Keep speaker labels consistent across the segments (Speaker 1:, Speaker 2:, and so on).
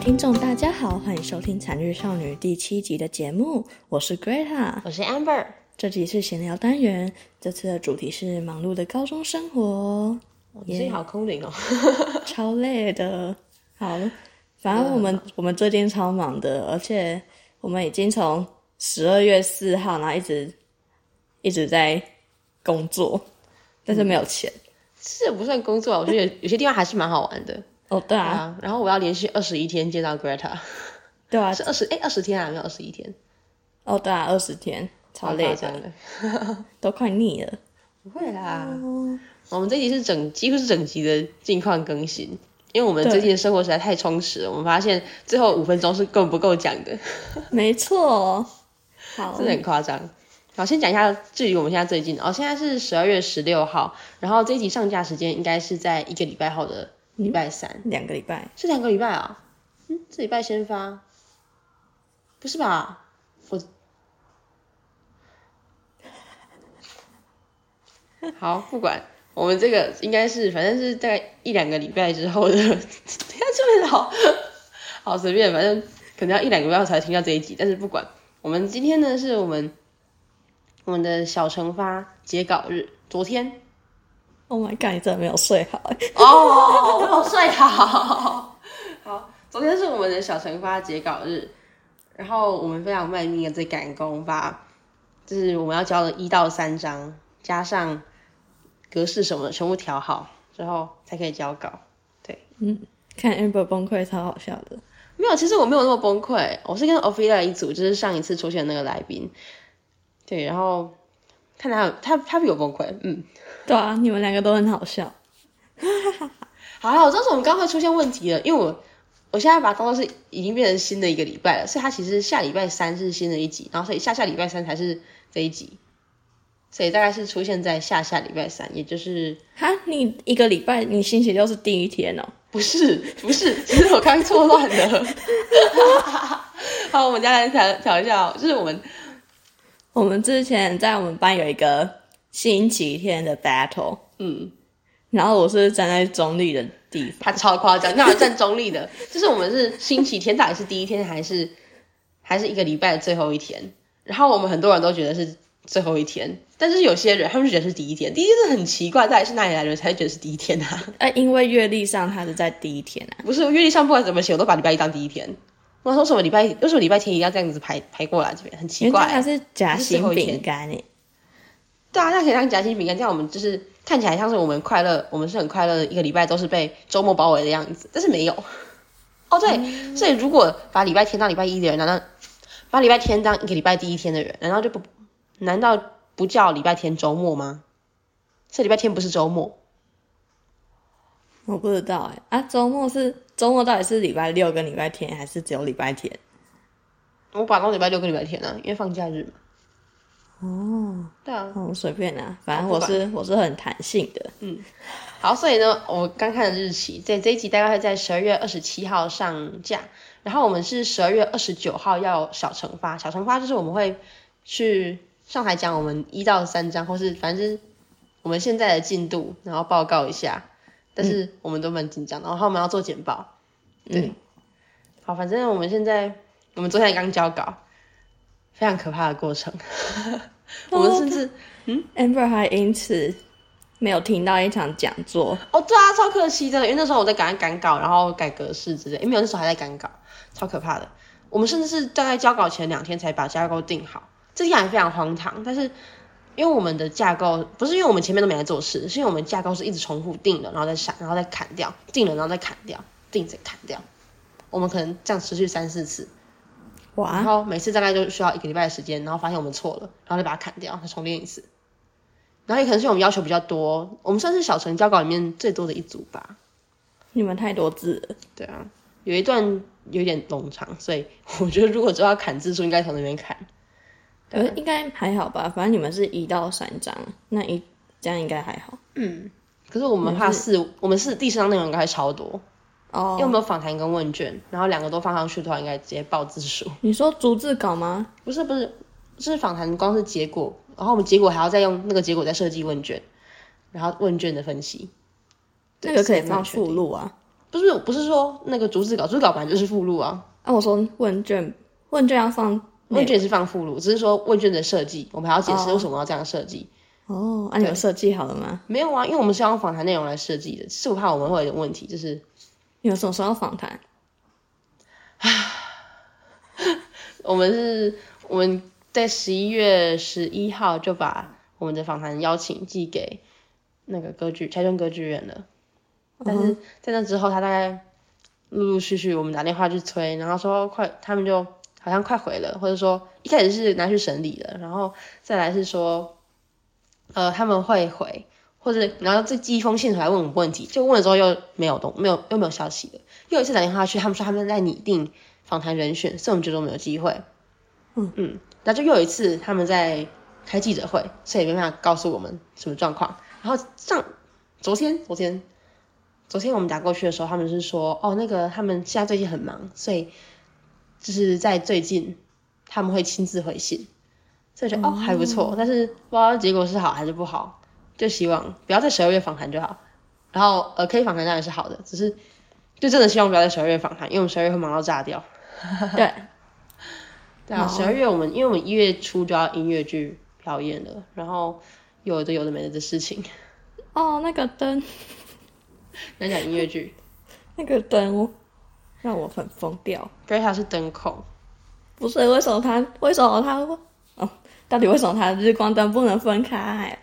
Speaker 1: 听众大家好，欢迎收听《惨绿少女》第七集的节目，我是 Greta，
Speaker 2: 我是 Amber。
Speaker 1: 这集是闲聊单元，这次的主题是忙碌的高中生活，
Speaker 2: 我最好空灵哦，
Speaker 1: 超累的。好，反正我们、我们最近超忙的，而且我们已经从十二月四号，然后一直一直在工作，但是没有钱。
Speaker 2: 这也不算工作啊，我觉得有有些地方还是蛮好玩的。
Speaker 1: 哦，对啊，
Speaker 2: 啊，然后我要连续二十一天见到 Greta，
Speaker 1: 对啊，
Speaker 2: 是二十哎二十天啊，没有二十一天，
Speaker 1: 哦，对啊，二十天，超累
Speaker 2: 夸
Speaker 1: 的，
Speaker 2: 张的。啊
Speaker 1: 都快腻了。哦
Speaker 2: 不会啦，我们这集是整几乎是整集的近况更新，因为我们最近的生活实在太充实了，我们发现最后五分钟是更不够讲的，
Speaker 1: 没错，好嗯
Speaker 2: 真，的很夸张。好，先讲一下至于我们现在最近，哦，现在是十二月十六号，然后这一集上架时间应该是在一个礼拜后的礼拜三。
Speaker 1: 两个礼拜，
Speaker 2: 是两个礼拜啊？嗯，这礼拜先发？不是吧？我 好，不管我们这个应该是，反正是大概一两个礼拜之后的， 等一下这边好好随便，反正可能要一两个礼拜后才听到这一集，但是不管。我们今天呢，是我们我们的小惩罚截稿日，昨天
Speaker 1: Oh my god！你真的没有睡好 欸，
Speaker 2: 哦，我有睡好。 好，昨天是我们的小惩罚截稿日，然后我们非常卖命的在赶工，把就是我们要交的一到三章，加上格式什么的全部调好之后，才可以交稿。
Speaker 1: 看 Amber 崩溃超好笑的。
Speaker 2: 没有，其实我没有那么崩溃，我是跟 Ophelia 一组，就是上一次出现的那个来宾。对，然后看他有他他比我崩溃，嗯。
Speaker 1: 对啊，你们两个都很好笑。
Speaker 2: 好啦，我知道是我们刚刚会出现问题了，因为我我现在把它当做是已经变成新的一个礼拜了，所以它其实下礼拜三是新的一集，然后所以下下礼拜三才是这一集，所以大概是出现在下下礼拜三，也就是
Speaker 1: 哈，你一个礼拜，你星期六是第一天哦。
Speaker 2: 不是不是，其实我刚错乱了。 好，我们再来调调一下哦，就是我们
Speaker 1: 我们之前在我们班有一个星期天的 battle，
Speaker 2: 嗯，
Speaker 1: 然后我是站在中立的地方，
Speaker 2: 他超夸张，那我站中立的， 就是我们是星期天，到底是第一天还是还是一个礼拜的最后一天？然后我们很多人都觉得是最后一天，但是有些人他们就觉得是第一天，第一天是很奇怪，到底是哪里来的人才会觉得是第一天啊？
Speaker 1: 哎、因为阅历上他是在第一天啊。
Speaker 2: 不是，月历上不管怎么写，我都把礼拜一当第一天。我说什么礼拜一，为什么礼拜天一定要这样子排排过来？这边很
Speaker 1: 因
Speaker 2: 奇
Speaker 1: 为
Speaker 2: 怪、
Speaker 1: 它是夹心饼干欸诶，
Speaker 2: 对啊，那可以让夹心饼干，这样我们就是看起来像是我们快乐，我们是很快乐的一个礼拜都是被周末包围的样子，但是没有。哦，对，所以如果把礼拜天当礼拜一的人，难道把礼拜天当一个礼拜第一天的人，难道就不难道不叫礼拜天周末吗？这礼拜天不是周末，
Speaker 1: 我不知道哎、啊，周末是周末到底是礼拜六跟礼拜天，还是只有礼拜天？
Speaker 2: 我把当礼拜六跟礼拜天啊，因为放假日嘛。哦，对啊，
Speaker 1: 哦，随便啊，反正
Speaker 2: 我
Speaker 1: 我
Speaker 2: 不管
Speaker 1: 是我是很弹性的。
Speaker 2: 好，所以呢，我刚看的日期，在这一集大概会在十二月二十七号上架，然后我们是十二月二十九号要小惩罚，小惩罚就是我们会去上台讲我们一到三章，或是反正就是我们现在的进度，然后报告一下，但是我们都蛮紧张的，然后我们要做简报，对，好，反正我们现在我们昨天刚交稿，非常可怕的过程，我们甚至
Speaker 1: Amber 还因此没有听到一场讲座，
Speaker 2: 哦，对啊，超可惜的，因为那时候我在赶赶稿，然后改格式之类，因为没有那时候还在赶稿，超可怕的。我们甚至是大概交稿前两天才把架构定好，这点非常荒唐。但是因为我们的架构不是因为我们前面都没来做事，是因为我们架构是一直重复定了，然后再删，然后再砍掉，定了然后再砍掉，定再砍掉。我们可能这样持续三四次，然
Speaker 1: 哇，
Speaker 2: 后每次大概就需要一个礼拜的时间，然后发现我们错了，然后就把它砍掉，再重练一次。然后也可能是我们要求比较多，我们算是小城交稿里面最多的一组吧。
Speaker 1: 你们太多字了，
Speaker 2: 对啊，有一段有点冗长，所以我觉得如果知道要砍字数，应该从那边砍。
Speaker 1: 呃，应该还好吧，反正你们是一到三章，那一这样应该还好。
Speaker 2: 可是我们怕四，我们是第四章内容应该会超多，因为我
Speaker 1: 哦，
Speaker 2: 们有访谈跟问卷，然后两个都放上去的话，应该直接爆字数。
Speaker 1: 你说逐字稿吗？
Speaker 2: 不是不是，是访谈光是结果，然后我们结果还要再用那个结果再设计问卷，然后问卷的分析。
Speaker 1: 那个可以
Speaker 2: 是蛮
Speaker 1: 放
Speaker 2: 全
Speaker 1: 附录啊。
Speaker 2: 不是不是说那个逐字稿，逐字稿本来就是附录啊，
Speaker 1: 啊，我说问卷，问卷要放
Speaker 2: 问卷也是放附录，只是说问卷的设计，我们还要解释为什么要这样设计。
Speaker 1: 哦，啊，你们设计好了吗？
Speaker 2: 没有啊，因为我们是要用访谈内容来设计的，只是我怕我们会有点问题，就是
Speaker 1: 你们什么时候要访谈？
Speaker 2: 我们是我们在十一月十一号就把我们的访谈邀请寄给那个歌剧台中歌剧院了，
Speaker 1: 嗯
Speaker 2: 但是在那之后，他大概陆陆续续我们打电话去催，然后说快，他们就好像快回了，或者说一开始是拿去审理了，然后再来是说，呃，他们会回，或者然后再寄一封信回来问我们问题，就问了之后又没有动，没有又没有消息了，又有一次打电话去，他们说他们在拟定访谈人选，所以我们觉得我们有机会，
Speaker 1: 嗯
Speaker 2: 嗯，然后就又有一次他们在开记者会，所以没办法告诉我们什么状况，然后上昨天昨天昨天我们打过去的时候，他们是说，哦，那个他们现在最近很忙，所以就是在最近他们会亲自回信，所以我觉得哦还不错，但是不知道结果是好还是不好，就希望不要在十二月访谈就好。然后呃，可以访谈当然是好的，只是就真的希望不要在十二月访谈，因为我们十二月会忙到炸掉。
Speaker 1: 嗯对，
Speaker 2: 对啊，十二月我们因为我们一月初就要音乐剧表演了，然后有的有的没的的事情，
Speaker 1: 哦，那个灯，
Speaker 2: 来讲音乐剧
Speaker 1: 那个灯我让我很疯掉。
Speaker 2: ，Greta 是灯控。
Speaker 1: 不是，为什么它为什么它哦，到底为什么它日光灯不能分开？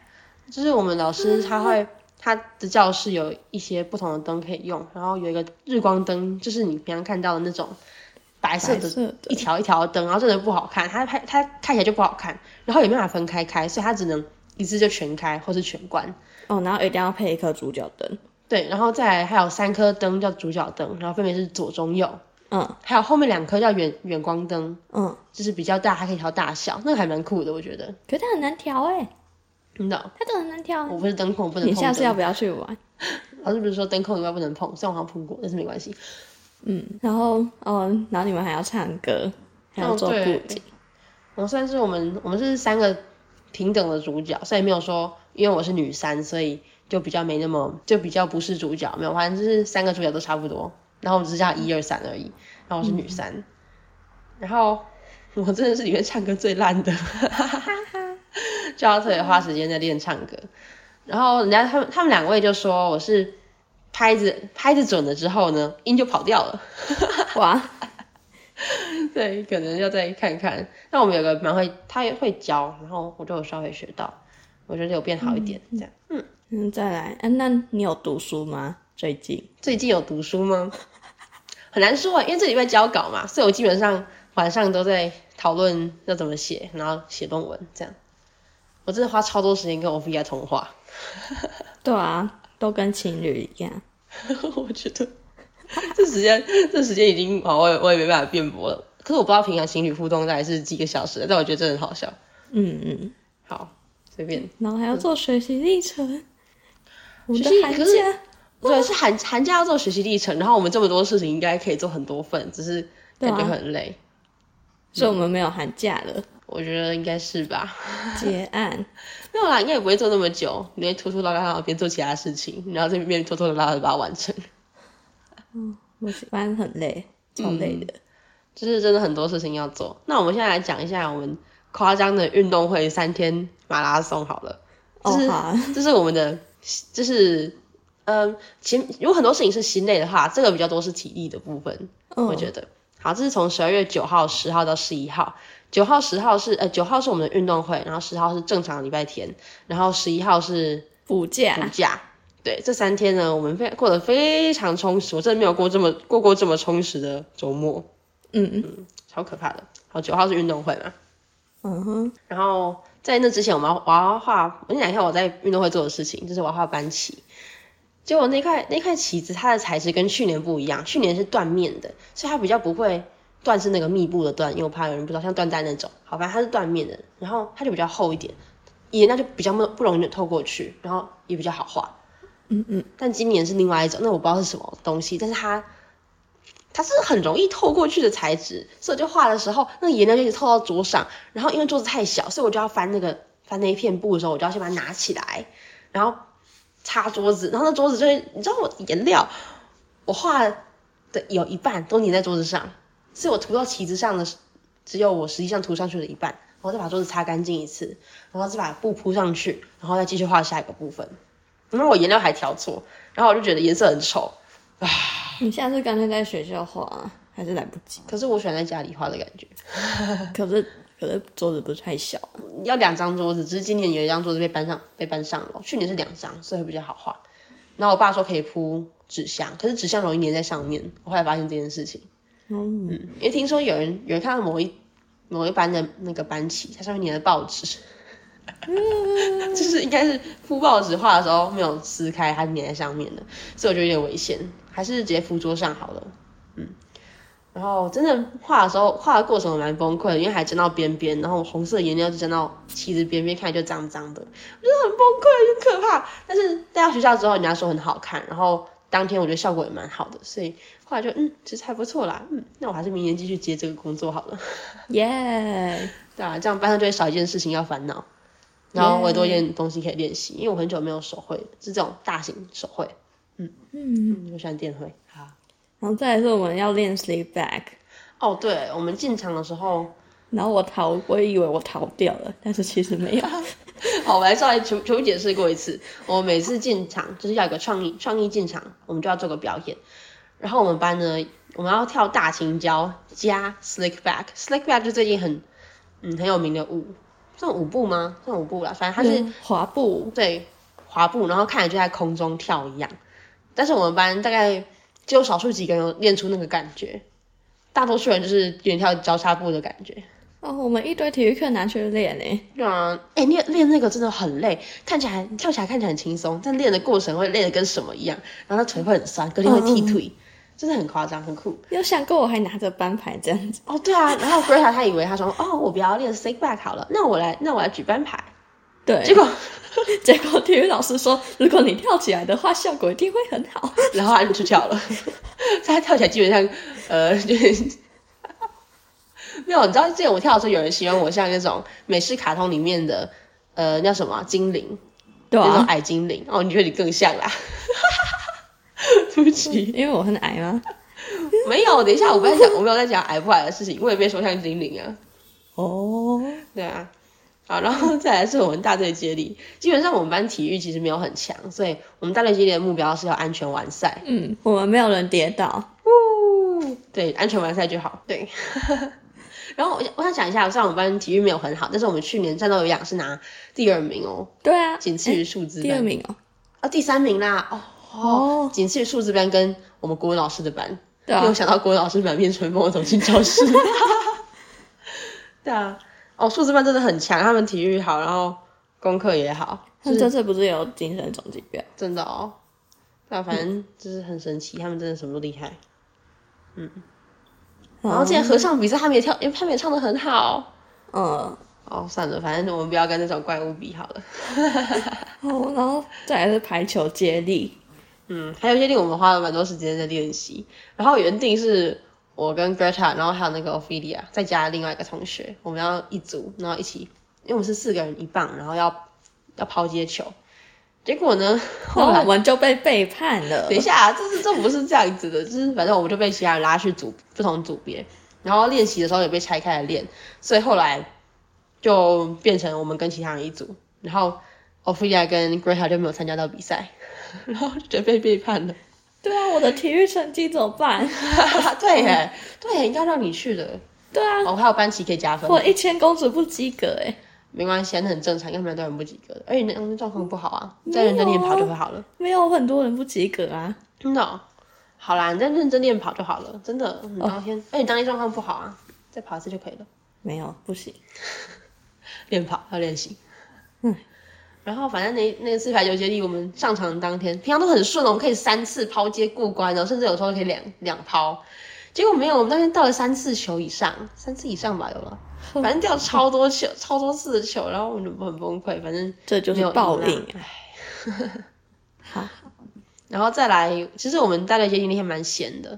Speaker 2: 就是我们老
Speaker 1: 嗯
Speaker 2: 师他会他的教室有一些不同的灯可以用，然后有一个日光灯，就是你平常看到的那种白色
Speaker 1: 白
Speaker 2: 的
Speaker 1: 色的
Speaker 2: 一条一条的灯，然后真的不好看，它拍它看起来就不好看，然后也没办法分开开，所以它只能一次就全开或是全关。
Speaker 1: 哦，然后一定要配一颗主角灯。
Speaker 2: 对，然后再来还有三颗灯叫主角灯，然后分别是左中右，
Speaker 1: 嗯
Speaker 2: 还有后面两颗叫远远光灯，
Speaker 1: 嗯，
Speaker 2: 就是比较大，还可以调大小，那个还蛮酷的，我觉得。
Speaker 1: 可是它很难调哎、
Speaker 2: 你懂？
Speaker 1: 它真的很难调。
Speaker 2: 我不是灯控，不能
Speaker 1: 你
Speaker 2: 碰
Speaker 1: 下次
Speaker 2: 灯。
Speaker 1: 要不要去玩？
Speaker 2: 老师不是说灯控以外不能碰，虽然我好像碰过，但是没关系。
Speaker 1: 嗯，然后哦，然后你们还要唱歌，还要
Speaker 2: 哦
Speaker 1: 做布
Speaker 2: 对
Speaker 1: 景。
Speaker 2: 我算是我们我们是三个平等的主角，所以没有说因为我是女三，所以就比较没那么就比较不是主角，没有，反正就是三个主角都差不多，然后我们只是叫一二三而已，然后我是女三， 然后我真的是里面唱歌最烂的， 就要特别花时间在练唱歌，然后人家他们他们两位就说我是拍子拍子准了之后呢，音就跑掉了。
Speaker 1: 哇，
Speaker 2: 对，可能要再看看。那我们有个蛮会，他也会教，然后我就有稍微学到，我觉得有变好一点。这样，
Speaker 1: 嗯，再来，啊，那你有读书吗？最近？
Speaker 2: 最近有读书吗？ 很难说啊，因为这礼拜交稿嘛，所以我基本上晚上都在讨论要怎么写，然后写论文这样。我真的花超多时间跟我 VI 通话，
Speaker 1: 对啊，都跟情侣一样。
Speaker 2: 我觉得这时间这时间已经啊，我也我也没办法辩驳了。可是我不知道平常情侣互动大概是几个小时，但我觉得真的很好笑。
Speaker 1: 嗯嗯，
Speaker 2: 好，随便。
Speaker 1: 然后还要做学习历程。我们的
Speaker 2: 学习
Speaker 1: 寒
Speaker 2: 可是
Speaker 1: 假，
Speaker 2: 对，是寒寒假要做学习历程，然后我们这么多事情应该可以做很多份，只是
Speaker 1: 对
Speaker 2: 感
Speaker 1: 啊
Speaker 2: 觉很累。
Speaker 1: 所以我们没有寒假了。
Speaker 2: 我觉得应该是吧，
Speaker 1: 结案。
Speaker 2: 没有啦，应该也不会做那么久，你会拖拖拉拉，然后边做其他事情，然后这边拖拖拉拉的把它完成，
Speaker 1: 我喜欢很累，超累的。
Speaker 2: 就是真的很多事情要做。那我们现在来讲一下我们夸张的运动会三天马拉松好了，嗯就是、
Speaker 1: 哦，好啊、
Speaker 2: 这是我们的，就是嗯，其有很多事情是心累的话，这个比较多是体力的部分。我
Speaker 1: 嗯，
Speaker 2: 觉得。好，这是从十二月九号、十号到十一号。九号、十号是呃，九号是我们的运动会，然后十号是正常的礼拜天，然后十一号是
Speaker 1: 补
Speaker 2: 补
Speaker 1: 假，
Speaker 2: 假。对，这三天呢，我们非过得非常充实，我真的没有过这么过过这么充实的周末，
Speaker 1: 嗯
Speaker 2: 超可怕的。好，九号是运动会嘛，
Speaker 1: 嗯哼，
Speaker 2: 然后在那之前，我们要我要画，我先讲一下我在运动会做的事情，就是我要画班旗。结果那块那块旗子，它的材质跟去年不一样，去年是缎面的，所以它比较不会缎是那个密布的缎，因为我怕有人不知道，像缎带那种，好，反正它是缎面的，然后它就比较厚一点，颜料就比较不不容易透过去，然后也比较好画。
Speaker 1: 嗯嗯，
Speaker 2: 但今年是另外一种，那我不知道是什么东西，但是它它是很容易透过去的材质，所以我就画的时候，那个颜料就一直透到桌上，然后因为桌子太小，所以我就要翻那个翻那一片布的时候，我就要先把它拿起来，然后擦桌子，然后那桌子就会，你知道我颜料我画的有一半都粘在桌子上，是我涂到旗子上的，只有我实际上涂上去的一半，然后再把桌子擦干净一次，然后再把布铺上去，然后再继续画下一个部分。然后我颜料还调错，然后我就觉得颜色很丑，
Speaker 1: 你下次干脆在学校画啊，还是来不及。
Speaker 2: 可是我喜欢在家里画的感觉。呃
Speaker 1: 可是可是桌子不是太小啊，
Speaker 2: 要两张桌子，只是今年有一张桌子被搬上被搬上楼，去年是两张，所以会比较好画。然后我爸说可以铺纸箱，可是纸箱容易粘在上面。我后来发现这件事情，
Speaker 1: 嗯，
Speaker 2: 因为听说有人有人看到某一某一班的那个班旗，它上面粘的报纸， 就是应该是铺报纸画的时候没有撕开，它粘在上面的，所以我觉得有点危险，还是直接铺桌上好了。嗯，然后真的画的时候，画的过程我蛮崩溃的，因为还沾到边边，然后红色颜料就沾到旗子边边，看起来就脏脏的，我觉得很崩溃，很可怕。但是带到学校之后，人家说很好看，然后当天我觉得效果也蛮好的，所以后来就嗯，其实还不错啦，嗯，那我还是明年继续接这个工作好了。
Speaker 1: 耶、
Speaker 2: 对啊，这样班上就会少一件事情要烦恼，然后我也多一件东西可以练习，因为我很久没有手绘，是这种大型手绘，
Speaker 1: 嗯，
Speaker 2: 嗯，我喜欢电绘。好，
Speaker 1: 然后再来是我们要练 sleep back，
Speaker 2: 哦，对，我们进场的时候，
Speaker 1: 然后我逃，我以为我逃掉了，但是其实没 有。
Speaker 2: 好，我们来稍微重重解释过一次。我每次进场就是要有个创意，创意进场，我们就要做个表演。然后我们班呢，我们要跳大青椒加 slickback，slickback 就最近很嗯很有名的舞，算舞步吗？算舞步啦，反正它是、
Speaker 1: 嗯滑步，
Speaker 2: 对滑步，然后看起来就在空中跳一样。但是我们班大概只有少数几个人有练出那个感觉，大多数人就是有点跳交叉步的感觉。
Speaker 1: 哦，我们一堆体育课拿去练欸诶，
Speaker 2: 对啊，哎、练练那个真的很累，看起来跳起来看起来很轻松，但练的过程会累得跟什么一样，然后他腿会很酸，隔天会踢腿，真的很夸张，很酷。
Speaker 1: 有想过我还拿着班牌这样子？
Speaker 2: 哦，对啊，然后 Greta 他以为他说，哦，我不要练 s i c k back 好了，那我来，那我来举班牌，
Speaker 1: 对，
Speaker 2: 结果
Speaker 1: 结果体育老师说，如果你跳起来的话，效果一定会很 好。
Speaker 2: 然后他就去跳 了，他跳起来基本上，呃， 就是。没有，你知道之前我跳的时候，有人形容我像那种美式卡通里面的，呃，叫什么啊精灵，
Speaker 1: 对
Speaker 2: 那种
Speaker 1: 啊，
Speaker 2: 矮精灵。哦，你觉得你更像 啦？对不起，
Speaker 1: 因为我很矮嘛。
Speaker 2: 没有。等一下，我不在讲，我没有在讲矮不矮的事情，我也没说像精灵啊。
Speaker 1: 哦，
Speaker 2: 对啊，好，然后 再来是我们大队接力。基本上我们班体育其实没有很强，所以我们大队接力的目标是要安全完赛。
Speaker 1: 嗯，我们没有人跌倒。
Speaker 2: 对，安全完赛就好。对。 然后我想我想讲一下，虽然我们班体育没有很好，但是我们去年战斗有氧是拿第二名哦，
Speaker 1: 对啊，
Speaker 2: 仅次于数字
Speaker 1: 第二
Speaker 2: 班
Speaker 1: 名哦。
Speaker 2: 啊，第三名啦哦哦
Speaker 1: 哦，
Speaker 2: 仅次于数字班跟我们国文老师的班。
Speaker 1: 对啊
Speaker 2: 没有，想到国文老师满面春风地走进教 室。对啊，哦，数字班真的很强，他们体育好，然后功课也好，
Speaker 1: 他们这次不是有精神总疾病？啊
Speaker 2: 真的哦。那反正就是很神奇，他们真的什么都厉害。然后之前合唱比赛，他们也跳，因为他们也唱的很好。
Speaker 1: 嗯，
Speaker 2: 哦，算了，反正我们不要跟那种怪物比好了。
Speaker 1: 好，然后再来是排球接力。
Speaker 2: 嗯，还有一些令我们花了蛮多时间在练习。然后原定是我跟 Greta，然后还有那个 Ophelia，再加另外一个同学，我们要一组，然后一起，因为我们是四个人一棒，然后要要抛接球。结果呢，
Speaker 1: 然
Speaker 2: 后
Speaker 1: 后
Speaker 2: 来
Speaker 1: 我们就被背叛了
Speaker 2: 等。一下啊，这是这不是这样子的，就是反正我们就被其他人拉去组不同组别，然后练习的时候也被拆开来练，所以后来就变成我们跟其他人一组，然后 Ophelia 跟 Greta 就没有参加到比赛， 然后就觉得被背叛了。
Speaker 1: 对啊，我的体育成绩怎么 办？
Speaker 2: 对耶，对耶，应该让你去的。
Speaker 1: 嗯对啊，
Speaker 2: 哦，还有班旗可以加分，
Speaker 1: 我一千公尺不及格哎、
Speaker 2: 没关系，那很正常，因为蛮多人不及格的，而且那那状况不好啊，再认真练跑就会好了。
Speaker 1: 没有很多人不及格啊。
Speaker 2: 真的哦、好啦，你再认真练跑就好了，真的。
Speaker 1: 哦
Speaker 2: 你当天，哎、你当天状况不好啊，再跑一次就可以了。
Speaker 1: 没有，不行。
Speaker 2: 练跑要练习。
Speaker 1: 嗯，
Speaker 2: 然后反正那那次排球接力，我们上场当天，平常都很顺哦，我们可以三次抛接过关哦，甚至有时候可以两两抛。结果没有，我们当天到了三次球以上，三次以上吧，有了，反正掉超多球， 超多次的球，然后我们就很崩溃，反正
Speaker 1: 这就是
Speaker 2: 没有赢
Speaker 1: 报
Speaker 2: 啦
Speaker 1: 应啊。好，
Speaker 2: 然后再来，其实我们大队接力那天蛮闲的，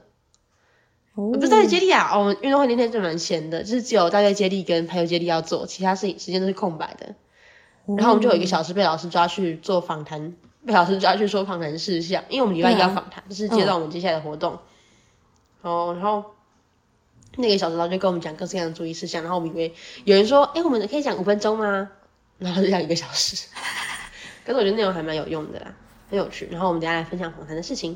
Speaker 1: 哦
Speaker 2: 不是大队接力啊，哦，我们运动会那天就蛮闲的，就是只有大队接力跟排球接力
Speaker 1: 嗯
Speaker 2: 要做，其他事情时间都是空白的。然后我们就有一个小时被老师抓去做访谈不小心就要去说访谈事项，因为我们礼拜一
Speaker 1: 对啊
Speaker 2: 要访谈，就是接到我们接下来的活动。哦，然后那个小指导就跟我们讲各式各样的注意事项，然后我们以为有人说，哎，我们可以讲五分钟吗？然后就讲一个小时。 可是我觉得内容还蛮有用的啦，很有趣。然后我们等一下来分享访谈的事情。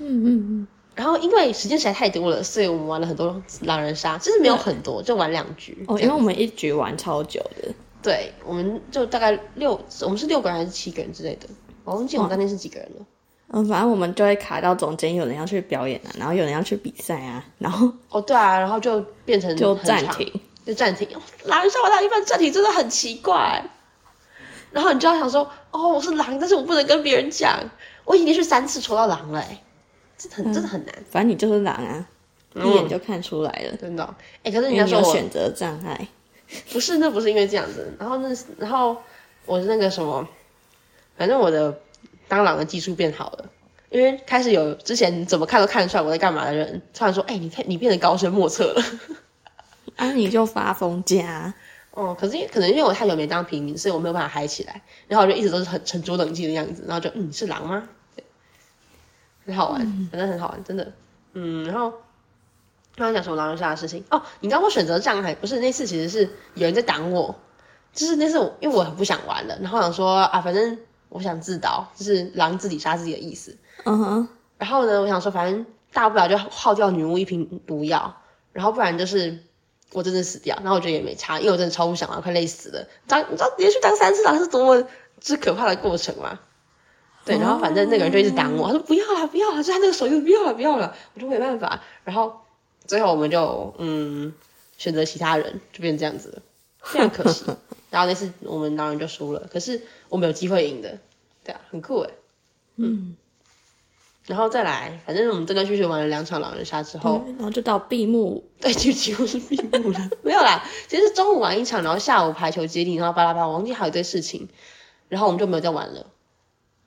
Speaker 1: 嗯嗯嗯，
Speaker 2: 然后因为时间实在太多了，所以我们玩了很多狼人杀，其实没有很多，就玩两局。
Speaker 1: 哦，因为我们一局玩超久的，
Speaker 2: 对，我们就大概六，我们是六个人还是七个人之类的，我忘记我们当天是几个人了。
Speaker 1: 嗯，反正我们就会卡到中间，有人要去表演啊，然后有人要去比赛啊，然后
Speaker 2: 哦，对啊，然后就变成
Speaker 1: 就
Speaker 2: 很
Speaker 1: 暂
Speaker 2: 长，
Speaker 1: 停。
Speaker 2: 就暂停。哦狼人杀玩到一半暂停真的很奇怪。然后你就要想说，哦，我是狼，但是我不能跟别人讲，我已经连续三次抽到狼了、欸，真的
Speaker 1: 嗯
Speaker 2: 很、真的很难，
Speaker 1: 反正你就是狼啊，
Speaker 2: 嗯
Speaker 1: 一眼就看出来了，
Speaker 2: 真的哦、哎、可是人
Speaker 1: 因为
Speaker 2: 家
Speaker 1: 你
Speaker 2: 说
Speaker 1: 有
Speaker 2: 我
Speaker 1: 选择障碍。
Speaker 2: 不是，那不是因为这样子。然后那是然后我那个什么，反正我的当狼的技术变好了，因为开始有之前怎么看都看得出来我在干嘛的人，突然说：“哎、你看你变得高深莫测了。
Speaker 1: 啊，你就发疯加，”
Speaker 2: 哦，可是因为可能因为我太久没当平民，所以我没有办法嗨起来。然后我就一直都是很沉着冷静的样子，然后就嗯，是狼吗？对，很好玩，反正很好玩，真的。嗯，然后刚刚讲什么狼人杀的事情？哦，你刚刚说选择障碍，不是那次其实是有人在挡我，就是那次我因为我很不想玩了，然后想说啊，反正我想自导，就是狼自己杀自己的意思。
Speaker 1: 嗯哼，
Speaker 2: 然后呢，我想说，反正大不了就耗掉女巫一瓶毒药，然后不然就是我真的死掉。然后我觉得也没差，因为我真的超不想玩，快累死了。当你知道连续当三次狼是多么之可怕的过程吗？对，然后反正那个人就一直挡我，他说不要啦，不要啦，就他那个手就不要啦，不要啦，我就没办法。然后最后我们就嗯选择其他人，就变成这样子了，非常可惜。然后那次我们当然就输了，可是我们有机会赢的，对啊，很酷诶。
Speaker 1: 嗯，
Speaker 2: 然后再来，反正我们这个剧组玩了两场狼人杀之后，
Speaker 1: 对然后就到闭幕，
Speaker 2: 对，就几乎是闭幕了。 没有啦，其实中午玩一场，然后下午排球接力，然后巴拉巴拉，我忘记还有一堆事情，然后我们就没有再玩了。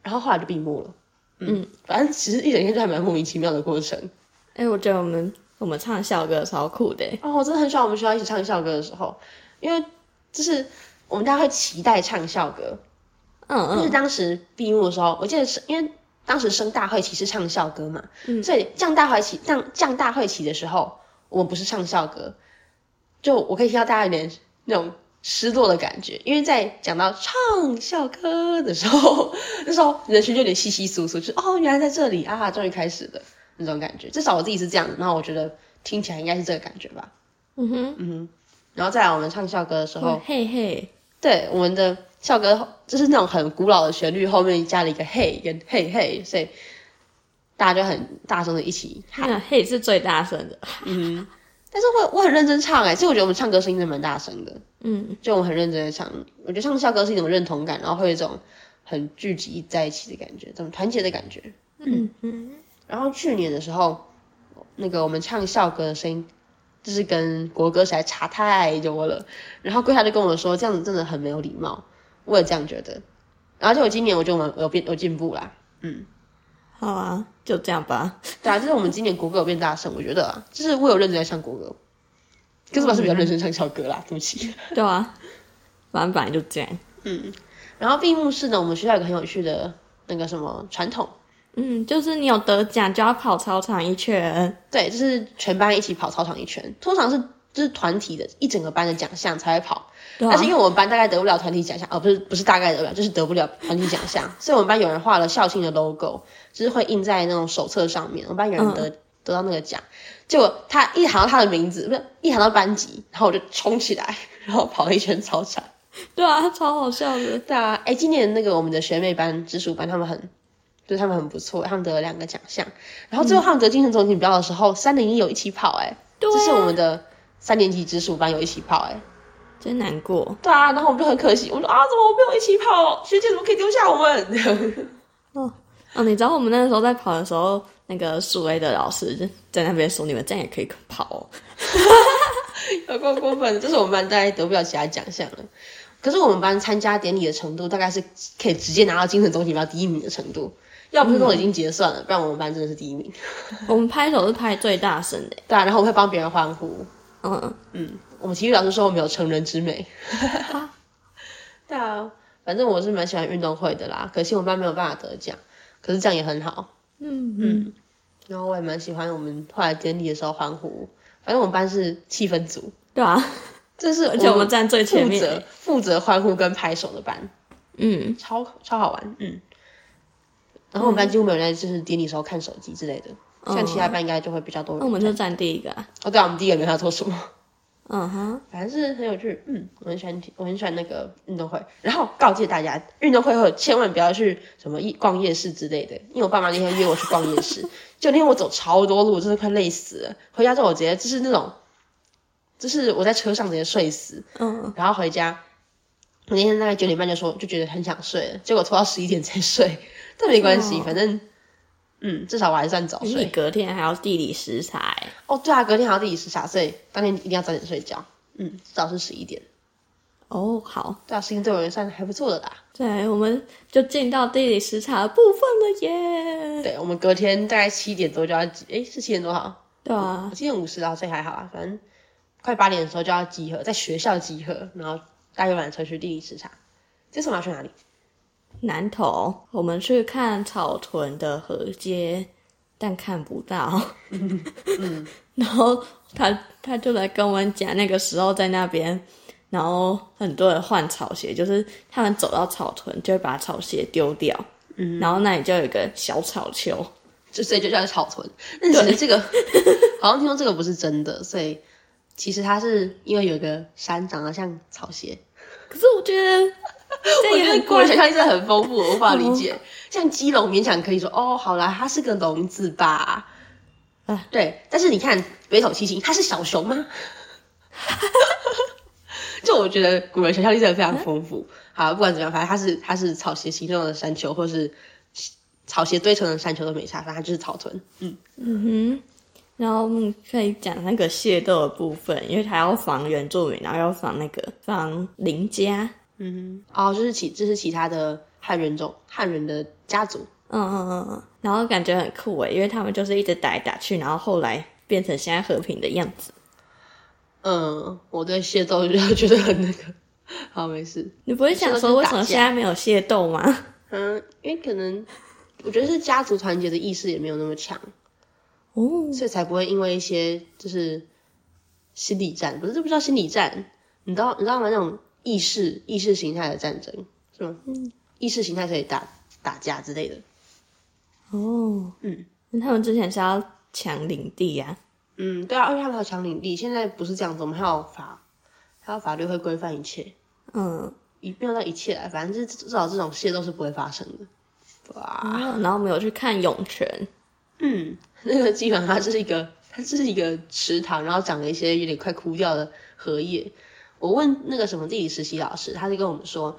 Speaker 2: 然后后来就闭幕了。嗯，反正其实一整天就还蛮莫名其妙的过程。
Speaker 1: 哎、我觉得我们我们唱校歌超酷的，
Speaker 2: 哦，我真的很喜欢我们学校一起唱校歌的时候，因为就是我们大家会期待唱校歌，
Speaker 1: 嗯
Speaker 2: 就
Speaker 1: 嗯，
Speaker 2: 是当时闭幕的时候，我记得是因为当时升大会旗是唱校歌嘛，所以降大会旗降降大会旗的时候，我们不是唱校歌，就我可以听到大家有点那种失落的感觉，因为在讲到唱校歌的时候， 那时候人群就有点稀稀疏疏，就是哦，原来在这里啊，终于开始了那种感觉，至少我自己是这样，然后我觉得听起来应该是这个感觉吧，
Speaker 1: 嗯哼，
Speaker 2: 嗯，然后再来我们唱校歌的时候
Speaker 1: 哦，，嘿嘿，
Speaker 2: 对，我们的校歌就是那种很古老的旋律，后面加了一个嘿跟嘿嘿，所以大家就很大声的一起喊。
Speaker 1: 那嘿是最大声的，
Speaker 2: 但是我我很认真唱哎、其实我觉得我们唱歌声音真的蛮大声的，
Speaker 1: 嗯，
Speaker 2: 就我们很认真的唱。我觉得唱校歌是一种认同感，然后会有一种很聚集在一起的感觉，这种团结的感觉。
Speaker 1: 嗯嗯，
Speaker 2: 然后去年的时候，那个我们唱校歌的声音，就是跟国歌实在差太多了。然后桂夏就跟我说，这样子真的很没有礼貌，我也这样觉得。然后结果今年我就我们有变有进步啦，嗯，
Speaker 1: 好啊，就这样吧，
Speaker 2: 对啊，就是我们今年国歌有变大声，我觉得啊，就是我有认真在唱国歌，可是我还是比较认真唱校歌啦，对不起。
Speaker 1: 对啊，反正本来就这样，
Speaker 2: 然后闭幕式呢，我们学校有个很有趣的那个什么传统，
Speaker 1: 嗯，就是你有得奖就要跑操场一圈，
Speaker 2: 对，就是全班一起跑操场一圈，通常是就是团体的一整个班的奖项才会跑。
Speaker 1: 对啊
Speaker 2: 但是因为我们班大概得不了团体奖项，哦，不是不是大概得不了，就是得不了团体奖项，所以我们班有人画了校庆的 logo，就是会印在那种手册上面。我们班有人得、
Speaker 1: 嗯
Speaker 2: 得到那个奖，结果他一喊到他的名字，不是一喊到班级，然后我就冲起来，然后跑了一圈操场。
Speaker 1: 对啊，超好笑的，
Speaker 2: 对啊，哎，今年那个我们的学妹班、直属班，他们很，对他们很不错，他们得了两个奖项。然后最后他们得精神总锦标的时候，三零一有一起跑、哎、
Speaker 1: 对
Speaker 2: 这是
Speaker 1: 啊
Speaker 2: 我们的三年级直属班有一起跑、哎，
Speaker 1: 真难过，
Speaker 2: 对啊，然后我们就很可惜，我们说啊，怎么我没有一起跑？学姐怎么可以丢下我们？ 这样
Speaker 1: 哦，你知道我们那个时候在跑的时候，那个数 A 的老师就在那边说：“你们这样也可以跑、 哦。
Speaker 2: 有够过分的，这是我们班大概得不了其他奖项了。可是我们班参加典礼的程度，大概是可以直接拿到精神总锦标第一名的程度，要不是都已经结算了，不然我们班真的是第一名。”
Speaker 1: 我们拍手是拍最大声的，
Speaker 2: 对啊，然后我会帮别人欢呼。
Speaker 1: 嗯，
Speaker 2: 嗯，我们体育老师说我们有成人之美。对啊，反正我是蛮喜欢运动会的啦，可惜我们班没有办法得奖，可是这样也很好。
Speaker 1: 嗯嗯，
Speaker 2: 然后我也蛮喜欢我们后来典礼的时候欢呼，反正我们班是气氛组，
Speaker 1: 对啊，
Speaker 2: 这是
Speaker 1: 而且我们站最前
Speaker 2: 负
Speaker 1: 面
Speaker 2: 责
Speaker 1: 欸，
Speaker 2: 负责欢呼跟拍手的班，
Speaker 1: 嗯，
Speaker 2: 超超好玩，嗯。然后我们班几乎没有人在就是典礼时候看手机之类的，像其他班应该就会比较多
Speaker 1: 嗯
Speaker 2: 人
Speaker 1: 那
Speaker 2: 在。
Speaker 1: 我们就站第一个啊，
Speaker 2: 哦，对啊，我们第一个没看到做什么。
Speaker 1: 嗯哼，
Speaker 2: 反正是很有趣，嗯，我很喜欢，我很喜欢那个运动会。然后告诫大家，运动会后千万不要去什么夜逛夜市之类的，因为我爸妈那天约我去逛夜市，就那天我走超多路，真的快累死了。回家之后我直接就是那种，就是我在车上直接睡死，
Speaker 1: 嗯，
Speaker 2: 然后回家，我那天大概九点半就说就觉得很想睡了，结果拖到十一点才睡，但没关系，
Speaker 1: 哦
Speaker 2: 反正嗯，至少我还算早
Speaker 1: 可是你
Speaker 2: 睡。
Speaker 1: 隔天还要地理食材欸，
Speaker 2: 哦，对啊，隔天还要自己时差，所以当天一定要早点睡觉，嗯，至少是十一点。
Speaker 1: 哦，好，
Speaker 2: 对啊，事情对我也算还不错的啦。
Speaker 1: 对，我们就进到地理时差的部分了耶，
Speaker 2: 对，我们隔天大概七点多就要集，诶，是七点多好，
Speaker 1: 对啊，
Speaker 2: 七点五十啊，所以还好啊，反正快八点的时候就要集合，在学校集合，然后搭游览车去地理市场。这次我们要去哪里？
Speaker 1: 南投，我们去看草屯的河街，但看不到。嗯 然后他他就来跟我们讲，那个时候在那边，然后很多人换草鞋，就是他们走到草屯就会把草鞋丢掉，嗯，然后那里就有一个小草丘，
Speaker 2: 就所以就叫草屯。但其实这个 好像听说这个不是真的，所以其实它是因为有一个山长得像草鞋。
Speaker 1: 可是我觉得 这
Speaker 2: 我觉
Speaker 1: 也
Speaker 2: 得
Speaker 1: 很嗯
Speaker 2: 个
Speaker 1: 怪
Speaker 2: 人想，象力真的很丰富，我无法理解。像基隆勉强可以说，哦，好啦，它是个笼子吧。
Speaker 1: 啊
Speaker 2: 对，但是你看北斗七星，它是小熊吗？ 就我觉得古人想象力真的非常丰富。好，不管怎么样，反正它是它是草鞋形状的山丘，或是草鞋堆成的山丘都没差，反正它就是草屯。嗯，
Speaker 1: 嗯哼。然后我们可以讲那个械斗的部分，因为他要防原住民，然后要防那个防邻家，
Speaker 2: 哦，就是其这是其他的汉人种汉人的家族。
Speaker 1: 嗯嗯嗯嗯，然后感觉很酷欸诶，因为他们就是一直打来打去，然后后来变成现在和平的样子。
Speaker 2: 嗯，我对械斗就觉得很那个。 好，没事。
Speaker 1: 你不会想说为什么现在没有械斗吗？
Speaker 2: 嗯，因为可能我觉得是家族团结的意识也没有那么强，
Speaker 1: 哦，
Speaker 2: 所以才不会因为一些就是心理战，不是这不叫心理战，你知道你知道吗？那种意识意识形态的战争是吗？嗯，意识形态可以打打架之类的。
Speaker 1: 哦，
Speaker 2: 嗯，
Speaker 1: 他们之前是要抢领地呀、
Speaker 2: 嗯，对啊，而且他们还有抢领地，现在不是这样子，我们还有法，还有法律会规范一切，
Speaker 1: 嗯，
Speaker 2: 一没有到一切啦，反正就是至少这种事都是不会发生的。对啊。
Speaker 1: 然后我们有去看涌泉，
Speaker 2: 嗯， 那个基本上它是一个，它是一个池塘，然后长了一些有点快枯掉的荷叶。我问那个什么地理实习老师，他就跟我们说，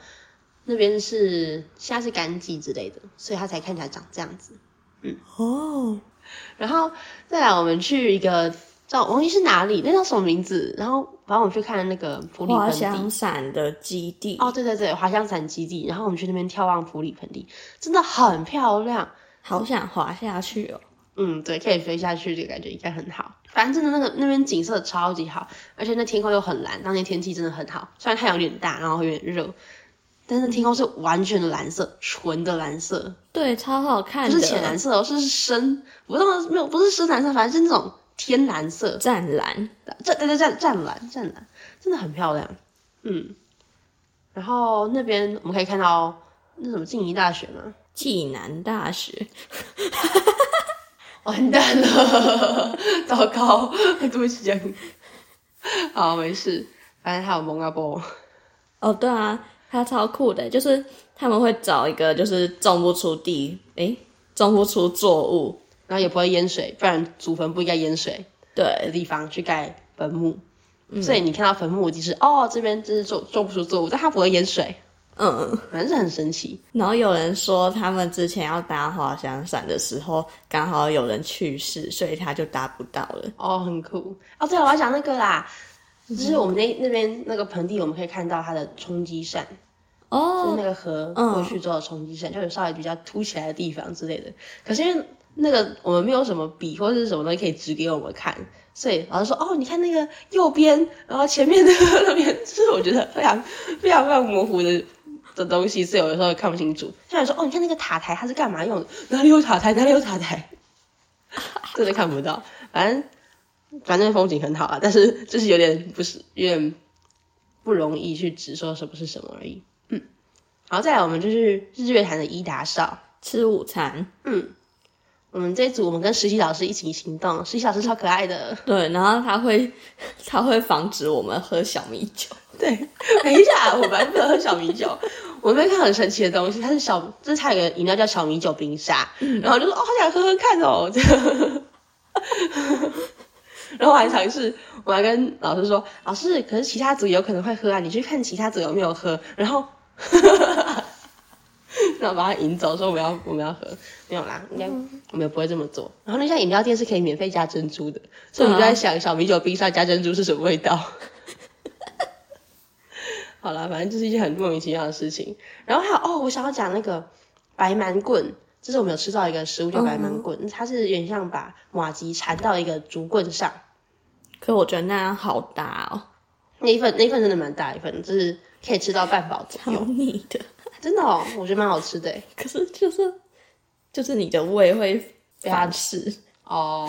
Speaker 2: 那边是现在是干季之类的，所以它才看起来长这样子。
Speaker 1: 哦，
Speaker 2: 然后再来，我们去一个叫我忘记是哪里，那叫什么名字？然后反正我们去看那个普里
Speaker 1: 滑
Speaker 2: 盆地
Speaker 1: 翔。伞的基地，
Speaker 2: 哦，对对对，滑翔伞基地。然后我们去那边眺望普里盆地，真的很漂亮。
Speaker 1: 好想滑下去哦。
Speaker 2: 嗯，对，可以飞下去，这个感觉应该很好。反正真的那个那边景色超级好，而且那天空又很蓝，当天天气真的很好。虽然太阳有点大，然后有点热，但是天空是完全的蓝色，纯的蓝色，
Speaker 1: 对，超好看
Speaker 2: 不
Speaker 1: 的，
Speaker 2: 是浅蓝色哦，是深，不是没有，不是深蓝色，反正是那种天蓝色，
Speaker 1: 湛蓝，
Speaker 2: 湛对对湛湛蓝湛蓝，真的很漂亮。嗯，然后那边我们可以看到那什么静宜大学吗？
Speaker 1: 暨南大学，
Speaker 2: 完蛋了， 糟糕，对不起，这样好，没事，反正还有蒙阿波，
Speaker 1: 哦，对啊，它超酷的，就是他们会找一个就是种不出地，诶，种不出作物，
Speaker 2: 然后也不会淹水，不然祖坟不应该淹水的
Speaker 1: 对，
Speaker 2: 地方去盖坟墓。所以你看到坟墓，就是哦，这边就是种种不出作物，但它不会淹水，
Speaker 1: 嗯。
Speaker 2: 反正是很神奇。
Speaker 1: 然后有人说，他们之前要搭滑翔伞的时候，刚好有人去世，所以他就搭不到了。
Speaker 2: 哦，很酷哦！对了，我要讲那个啦，就是我们那那边那个盆地，我们可以看到它的冲击扇，就是
Speaker 1: 哦，
Speaker 2: 那个河
Speaker 1: 嗯
Speaker 2: 过去之后冲击线，就有稍微比较凸起来的地方之类的。可是因为那个我们没有什么笔或者是什么东西可以指给我们看，所以老师说哦，你看那个 右边，然后前面那个那边，就是我觉得非常非常非常模糊的的东西，所以有的时候看不清楚。他想说，哦，你看那个塔台它是干嘛用的？哪里有塔台？哪里有塔台？ 真的看不到。反正反正风景很好啊，但是就是有点不是有点不容易去直说什么是什么而已。嗯，好，再来我们就是日月潭的伊达邵。
Speaker 1: 吃午餐，
Speaker 2: 我们这一组我们跟实习老师一起行动，实习老师超可爱的。
Speaker 1: 对，然后他会 他会防止我们喝小米酒，
Speaker 2: 对，等一下，我们不能喝小米酒。我们看到很神奇的东西，它是小，就是它有个饮料叫小米酒冰沙，然后我就说哦，好想喝喝看哦，这样。 然后我还尝试，我还跟老师说，老师，可是其他组有可能会喝啊，你去看其他组有没有喝，然后， 然后把他引走，说我们要我们要喝，没有啦，应该我们也不会这么做。然后那家饮料店是可以免费加珍珠的，所以我们就在想，小米酒冰沙加珍珠是什么味道？ 好啦，反正就是一件很莫名其妙的事情。然后还有哦，我想要讲那个白蛮棍，这是我们有吃到一个食物叫白蛮棍，它是有点像把马吉缠到一个竹棍上，
Speaker 1: 可我觉得那样好大哦，
Speaker 2: 那一份那一份真的蛮大一份，就是可以吃到半饱左
Speaker 1: 好
Speaker 2: 右，
Speaker 1: 腻的。
Speaker 2: 真的哦，我觉得蛮好吃的诶
Speaker 1: 可是就是就是你的胃会
Speaker 2: 被它
Speaker 1: 反噬，
Speaker 2: 哦，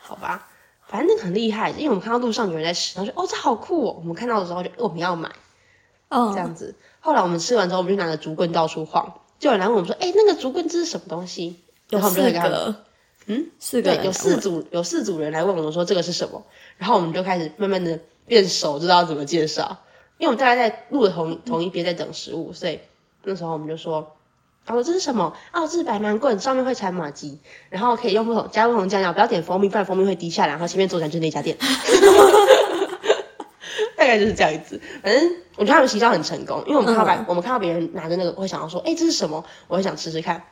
Speaker 2: 好吧，反正那个很厉害，因为我们看到路上有人在吃，然后就哦这好酷哦，我们看到的时候就我们要买。这
Speaker 1: 嗯，
Speaker 2: 样子。后来我们吃完之后，我们就拿着竹棍到处晃，就有人来问我们说：“哎、那个竹棍这是什么东西？”
Speaker 1: 有
Speaker 2: 然后我
Speaker 1: 四
Speaker 2: 们就会跟他们
Speaker 1: 个，嗯，四个
Speaker 2: 对
Speaker 1: 人，
Speaker 2: 有四，组有四组人来问我们说这个是什么，然后我们就开始慢慢的变熟，知道怎么介绍。因为我们大概在路的同同一边在等食物，所以那时候我们就说，哦，这是什么？哦，这是白蛮棍，上面会缠马鸡，然后可以用不同加不同酱料，不要点蜂蜜，不然蜂蜜会滴下来。然后前面左转就是那家店， 大概就是这样子。反正我觉得他们行销很成功，因为我们看到白，
Speaker 1: 嗯
Speaker 2: 我们看到别人拿着那个，会想要说，哎，这是什么？我也想吃吃看。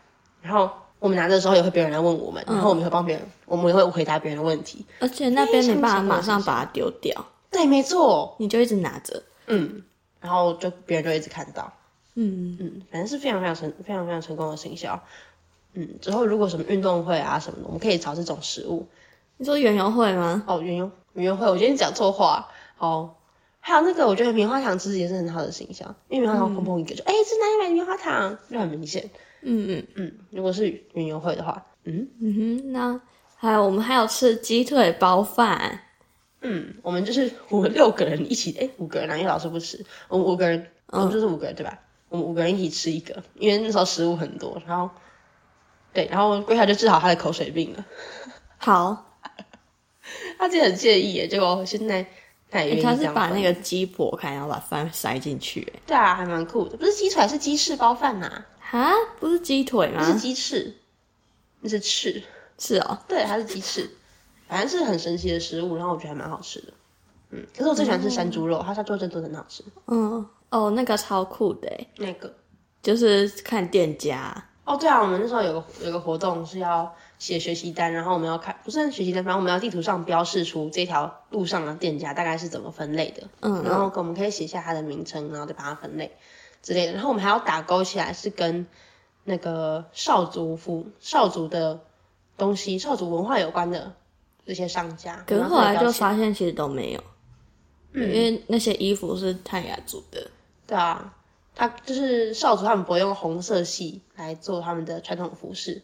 Speaker 2: 然后我们拿着的时候，也会别人来问我们，然后我们也会帮别人，我们也会回答别人的问题。
Speaker 1: 而且那边没办法
Speaker 2: 哎
Speaker 1: 马上把它丢掉，
Speaker 2: 对，没错，
Speaker 1: 你就一直拿着，
Speaker 2: 嗯，然后就别人就一直看到，
Speaker 1: 嗯，
Speaker 2: 嗯，反正是非常非常成非常非常成功的行销。嗯，之后如果什么运动会啊什么的，我们可以找这种食物。
Speaker 1: 你说园游会吗？
Speaker 2: 哦，园游园游会，我今天讲错话。好，还有那个，我觉得棉花糖其实也是很好的形象，因为棉花糖砰砰一个就，哎、这哪里买的棉花糖？就很明显。
Speaker 1: 嗯嗯
Speaker 2: 嗯，如果是园游会的话，嗯
Speaker 1: 嗯哼，那还有我们还有吃鸡腿包饭，
Speaker 2: 嗯，我们就是 我们六个人一起，哎、五个人啊，因为老师不吃，我们五个人，我们就是五个人对吧？我们五个人一起吃一个，因为那时候食物很多，然后对，然后龟海就治好他的口水病了，
Speaker 1: 好，
Speaker 2: 他自己很介意耶，结果现在他也愿
Speaker 1: 欸
Speaker 2: 意
Speaker 1: 他
Speaker 2: 这
Speaker 1: 是
Speaker 2: 样
Speaker 1: 把
Speaker 2: 分
Speaker 1: 那个鸡剥开，然后把饭塞进去，欸
Speaker 2: 对啊，还蛮酷的，不是鸡腿是鸡翅包饭呐、
Speaker 1: 哈，不是鸡腿吗
Speaker 2: 那？是鸡翅，那是翅，
Speaker 1: 是哦，
Speaker 2: 对，它是鸡翅，反正是很神奇的食物，然后我觉得还蛮好吃的。嗯，可是我最喜欢吃山猪肉，它山猪肉真的很好吃。
Speaker 1: 嗯，哦，那个超酷的欸，
Speaker 2: 那个
Speaker 1: 就是看店家，
Speaker 2: 哦，对啊，我们那时候有个有个活动是要写学习单，然后我们要看，不是学习单，反正我们要地图上标示出这条路上的店家大概是怎么分类的，
Speaker 1: 嗯
Speaker 2: 然后我们可以写下它的名称，然后再把它分类之类的。然后我们还要打勾起来，是跟那个少族服少族的东西、少族文化有关的这些商家。
Speaker 1: 可是
Speaker 2: 然
Speaker 1: 后来
Speaker 2: 标
Speaker 1: 就
Speaker 2: 起
Speaker 1: 发现其实都没有，因
Speaker 2: 嗯
Speaker 1: 为那些衣服是泰雅族的，
Speaker 2: 对啊，他就是少族，他们不会用红色系来做他们的传统服饰，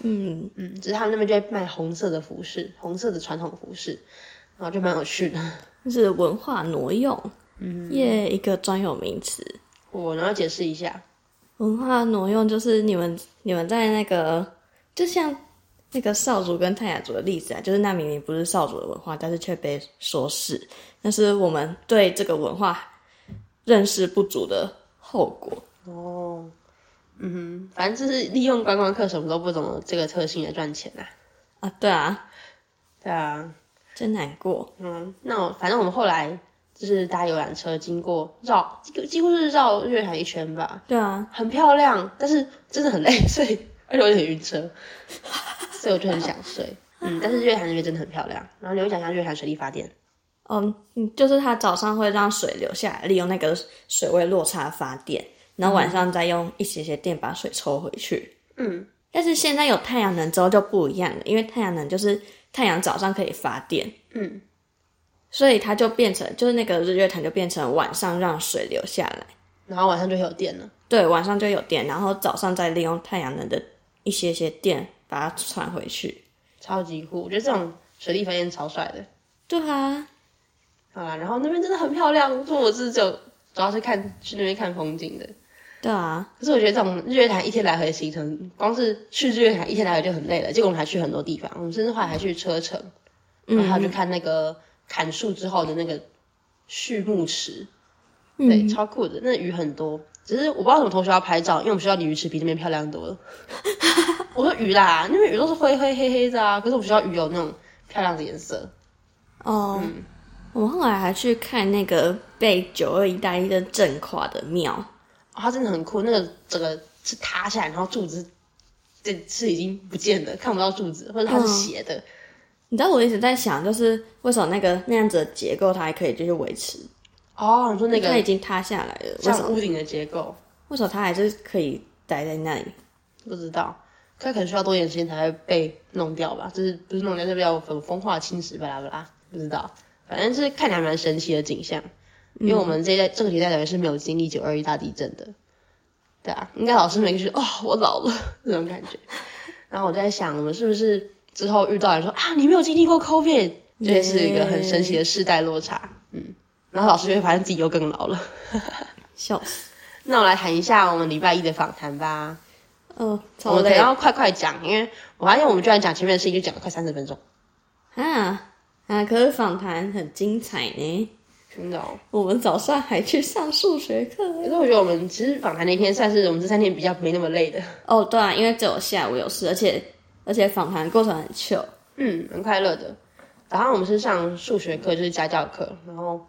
Speaker 1: 嗯，
Speaker 2: 嗯，只是他们那边就会卖红色的服饰，红色的传统服饰，然后就蛮有趣的。
Speaker 1: 就是文化挪用，嗯，耶，一个专有名词。
Speaker 2: 我然后解释一下，
Speaker 1: 文化挪用就是你们你们在那个，就像那个少族跟泰雅族的例子啊，就是那明明不是少族的文化，但是却被说是，那是我们对这个文化认识不足的后果。
Speaker 2: 哦，嗯哼，反正就是利用观光客什么都不懂的这个特性来赚钱啦、
Speaker 1: 啊，对啊，
Speaker 2: 对啊，
Speaker 1: 真难过。
Speaker 2: 嗯，那我反正我们后来就是搭游览车经过绕，几几乎是绕月台一圈吧，
Speaker 1: 对啊，
Speaker 2: 很漂亮，但是真的很累， 所以而且我有点晕车，所以我就很想睡。嗯，但是月潭那边真的很漂亮，然后你会想象月潭水力发电，
Speaker 1: 嗯，嗯就是它早上会让水流下来，利用那个水位落差发电，然后晚上再用一些些电把水抽回去。
Speaker 2: 嗯，
Speaker 1: 但是现在有太阳能之后就不一样了，因为太阳能就是太阳早上可以发电，
Speaker 2: 嗯，
Speaker 1: 所以它就变成就是那个日月潭就变成晚上让水流下来，
Speaker 2: 然后晚上就会有电了。
Speaker 1: 对，晚上就有电，然后早上再利用太阳能的一些些电把它传回去。
Speaker 2: 超级酷，我觉得这种水力发电超帅的。
Speaker 1: 对啊，
Speaker 2: 好啦，然后那边真的很漂亮，所以我是就主要是看去那边看风景的。
Speaker 1: 对啊，
Speaker 2: 可是我觉得这种日月潭一天来回的行程，光是去日月潭一天来回就很累了，结果我们还去很多地方，我们甚至后来还去车城，然后还有去看那个砍树之后的那个畜牧池，对，
Speaker 1: 嗯，
Speaker 2: 超酷的，那鱼很多。只是我不知道为什么同学要拍照，因为我们学校鲤鱼池比那边漂亮多了。 我说鱼啦，那边鱼都是灰灰黑黑的啊，可是我们学校鱼有那种漂亮的颜色。
Speaker 1: 哦，我们后来还去看那个被九二一大地震震垮的庙。
Speaker 2: 哦，它真的很酷，那个整个是塌下来，然后柱子这是已经不见了，看不到柱子，或者它是斜的，
Speaker 1: 你知道我一直在想，就是为什么那个那样子的结构它还可以继续维持？
Speaker 2: 哦，你说那
Speaker 1: 它已
Speaker 2: 个
Speaker 1: 经塌下来了，为什
Speaker 2: 像
Speaker 1: 么？
Speaker 2: 屋顶的结构，
Speaker 1: 为什么它还是可以待在那里？
Speaker 2: 不知道，它可能需要多一点时间才会被弄掉吧，就是不是弄掉，就比较风风化侵蚀，巴拉巴拉，不知道，反正是看起来蛮神奇的景象，
Speaker 1: 嗯
Speaker 2: 因为我们这一代这个年代的人是没有经历九二一大地震的，对啊，应该老师每个就是哦，我老了 那种感觉，然后我在想，我们是不是之后遇到人说啊，你没有经历过 COVID，这也是一个很神奇的世代落差，嗯，然后老师就会发现自己又更老了。
Speaker 1: 笑死！
Speaker 2: 那我来谈一下我们礼拜一的访谈吧。
Speaker 1: 哦，
Speaker 2: 我
Speaker 1: 超
Speaker 2: 们可
Speaker 1: 累
Speaker 2: 能要快快讲，因为我发现我们居然讲前面的事情就讲了快三十分钟，
Speaker 1: 啊啊！可是访谈很精彩呢。
Speaker 2: 真的、哦。
Speaker 1: 我们早上还去上数学课。
Speaker 2: 可是我觉得我们其实访谈那天算是我们这三天比较没那么累的，
Speaker 1: 哦，对啊，因为只有下午有事，而且而且访谈过程很 chill。
Speaker 2: 嗯，蛮快乐的。早上我们是上数学课，就是家教课，然后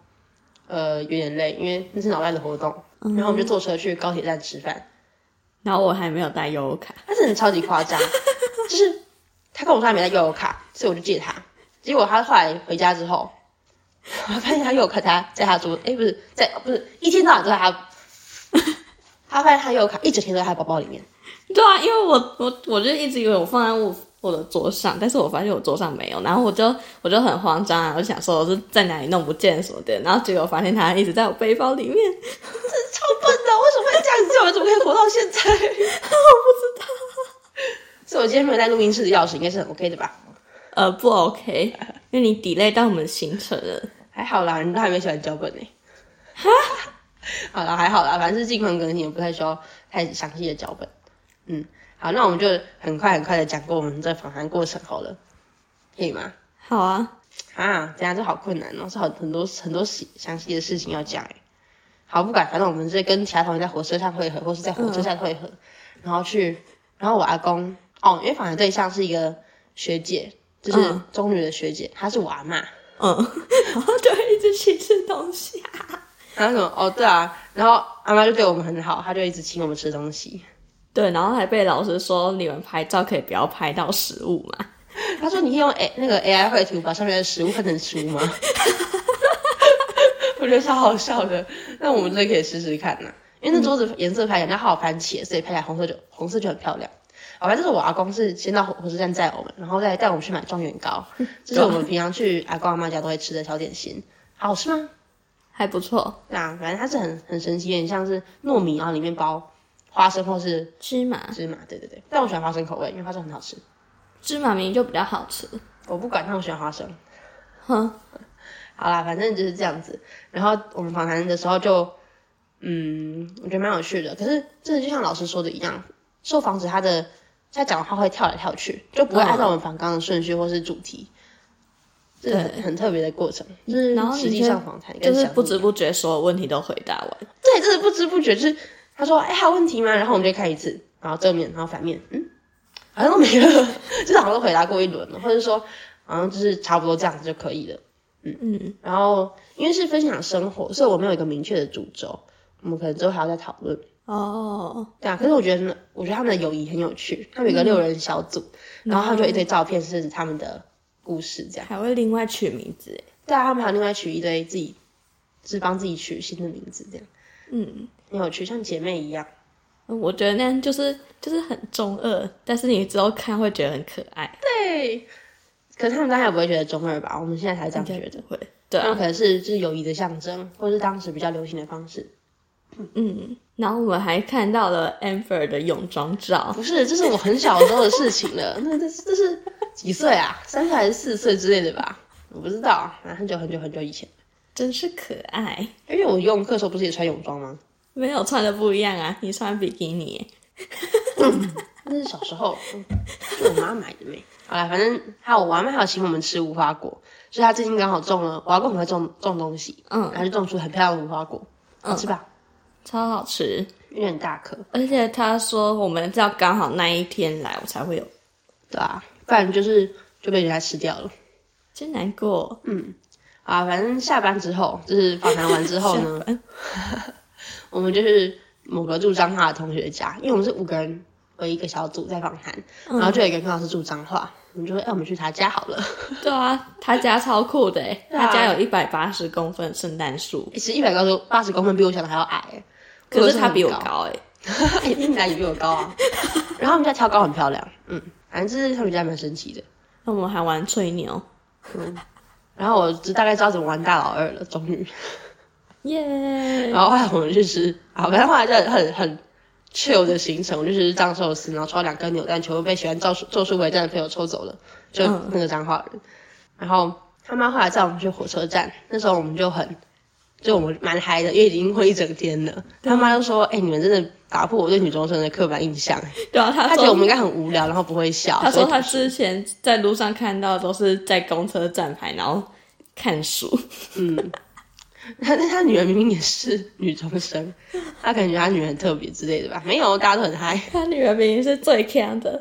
Speaker 2: 呃有点累，因为那是脑袋的活动，然后我们就坐车去高铁站吃饭，
Speaker 1: 然后我还没有带悠游卡，
Speaker 2: 他真的超级夸 张，就是他跟我说他没带悠游卡，所以我就借他。结果他后来回家之后，我发现他悠游卡他在他桌，哎、不是在不是一天到晚都在 他，他发现他悠游卡一整天都在他包包里面。
Speaker 1: 对啊，因为我我我就一直以为我放在我我的桌上，但是我发现我桌上没有，然后我就我就很慌张啊，我就想说我是在哪里弄不见什么的，然后结果发现它一直在我背包里面，
Speaker 2: 超笨的，为什么会这样子？我们怎么可以活到现在？我不知道。 所以我今天没有带录音室的钥匙，应该是很 OK 的吧？
Speaker 1: 呃，不 OK，因为你 delay 到我们行程了。
Speaker 2: 还好啦，你都还没写完脚本呢、 哈，好啦，还好啦，反正是近况更新，也不太需要太详细的脚本。嗯，好，那我们就很快很快的讲过我们这访谈过程好了，可以吗？
Speaker 1: 好啊，
Speaker 2: 啊，等一下这好困难哦，是很很多很多细详细的事情要讲哎。好，不管，反正我们这跟其他同学在火车上汇合，或是在火车站汇合，然后去，然后我阿公哦，因为访谈对象是一个学姐，就是
Speaker 1: 嗯
Speaker 2: 中女的学姐，她是我阿妈。
Speaker 1: 嗯， 然后就一直去吃东西、啊。
Speaker 2: 然后什么？哦，对啊，然后阿妈就对我们很好，她就一直请我们吃东西。
Speaker 1: 对，然后还被老师说你们拍照可以不要拍到食物嘛。
Speaker 2: 她说：“你可以用 A 那个 AI 绘图把上面的食物分成书吗？” 我觉得超好笑的。那我们真的可以试试看呐、因为那桌子颜色拍起来，它好番茄，所以拍起来红色就红色就很漂亮。哦好，反正是我阿公是先到火火车站载我们，然后再带我们去买状元糕，这是我们平常去阿公阿妈家都会吃的小点心，好吃吗？
Speaker 1: 还不错，
Speaker 2: 对啊，反正它是很很神奇，有点像是糯米，然后里面包花生或是
Speaker 1: 芝麻
Speaker 2: 芝麻，对对对，但我喜欢花生口味，因为花生很好吃。
Speaker 1: 芝麻明明就比较好吃，
Speaker 2: 我不管，但我喜欢花生。
Speaker 1: 哼，
Speaker 2: 好啦，反正就是这样子。然后我们访谈的时候就，嗯，我觉得蛮有趣的。可是真的就像老师说的一样，受访者他的他讲的话会跳来跳去，就不会
Speaker 1: 啊
Speaker 2: 按照我们访纲的顺序或是主题。这是很很特别的过程，就是
Speaker 1: 然后你
Speaker 2: 实际
Speaker 1: 就
Speaker 2: 上访谈
Speaker 1: 就
Speaker 2: 跟
Speaker 1: 是
Speaker 2: 想
Speaker 1: 不知不觉所有问题都回答完。
Speaker 2: 对，真的不知不觉就是他说哎还有问题吗？然后我们就看一次，然后正面，然后反面，嗯，好像都没了， 就是好像都回答过一轮了，或者说好像就是差不多这样子就可以了。
Speaker 1: 嗯，
Speaker 2: 然后因为是分享生活，所以我没有一个明确的主轴，我们可能之后还要再讨论。
Speaker 1: 哦，
Speaker 2: 对啊，可是我觉得呢，我觉得他们的友谊很有趣，他们有个六人小组，然后他们就一堆照片是他们的故事这样。
Speaker 1: 还会另外取名字耶，
Speaker 2: 对啊，他们还有另外取一堆自己，就是帮自己取新的名字这样，
Speaker 1: 嗯，
Speaker 2: 很有趣，像姐妹一样。
Speaker 1: 我觉得那样就是就是很中二，但是你之后看会觉得很可爱，
Speaker 2: 对，可是他们当然也不会觉得中二吧？我们现在才这样觉
Speaker 1: 应该
Speaker 2: 得，
Speaker 1: 不会，对
Speaker 2: 他们
Speaker 1: 啊，
Speaker 2: 可能是就是友谊的象征，或是当时比较流行的方式。
Speaker 1: 嗯然后我们还看到了 Amber 的泳装照，
Speaker 2: 不是，这是我很小时候的事情了。那这是这是几岁啊？三岁还是四岁之类的吧？我不知道，啊，很久很久很久以前。
Speaker 1: 真是可爱。
Speaker 2: 因为我游泳课的时候不是也穿泳装吗？
Speaker 1: 没有穿的不一样啊，你穿比基尼耶。
Speaker 2: 那是小时候，嗯是我妈买的没。好啦，反正还有我阿妈还有请我们吃无花果，所以她最近刚好种了，我阿公很会种种东西，
Speaker 1: 嗯
Speaker 2: 然后就种出很漂亮的无花果，好吃吧？
Speaker 1: 超好吃。
Speaker 2: 因为很大颗，
Speaker 1: 而且他说我们要刚好那一天来，我才会有，
Speaker 2: 对啊，不然就是就被人家吃掉了。
Speaker 1: 真难过。
Speaker 2: 啊，反正下班之后，就是访谈完之后呢
Speaker 1: 下，班
Speaker 2: 我们就是某个住彰化的同学家，因为我们是五个人为一个小组在访谈，
Speaker 1: 嗯
Speaker 2: 然后就有一个人刚好是住彰化，我们就说，哎、我们去他家好了。
Speaker 1: 对啊，他家超酷的耶，
Speaker 2: 啊
Speaker 1: 他家有一百八十公分的圣诞树，
Speaker 2: 其实一百高度八十公分比我想的还要矮、欸，
Speaker 1: 可是他比我
Speaker 2: 高。
Speaker 1: 高哎。
Speaker 2: 一定男也比我高 啊。然后他们家挑高很漂亮，嗯，反正就是他们家蛮神奇的。
Speaker 1: 那我们还玩吹牛，
Speaker 2: 然后我就大概知道怎么玩大老二了，终于。
Speaker 1: 耶、
Speaker 2: 然后后来我们去吃，啊，反正后来就很很很 chill 的行程，我就吃藏寿司，然后抽到两颗扭蛋，全部被喜欢咒术咒术回战的朋友抽走了，就
Speaker 1: 嗯
Speaker 2: 那个彰化人。然后他妈后来载我们去火车站，那时候我们就很。就我们蛮嗨的，因为已经混一整天了。他妈就说：“哎、你们真的打破我对女中生的刻板印象。
Speaker 1: 对啊，”他
Speaker 2: 他觉得我们
Speaker 1: 说
Speaker 2: 应该很无聊，然后不会笑。
Speaker 1: 他
Speaker 2: 所以
Speaker 1: 说他之前在路上看到都是在公车站牌，然后看书，
Speaker 2: 嗯，他但他女儿明明也是女中生，他可能觉得他女儿很特别之类的吧？没有，大家都很嗨。
Speaker 1: 他女儿明明是最强的。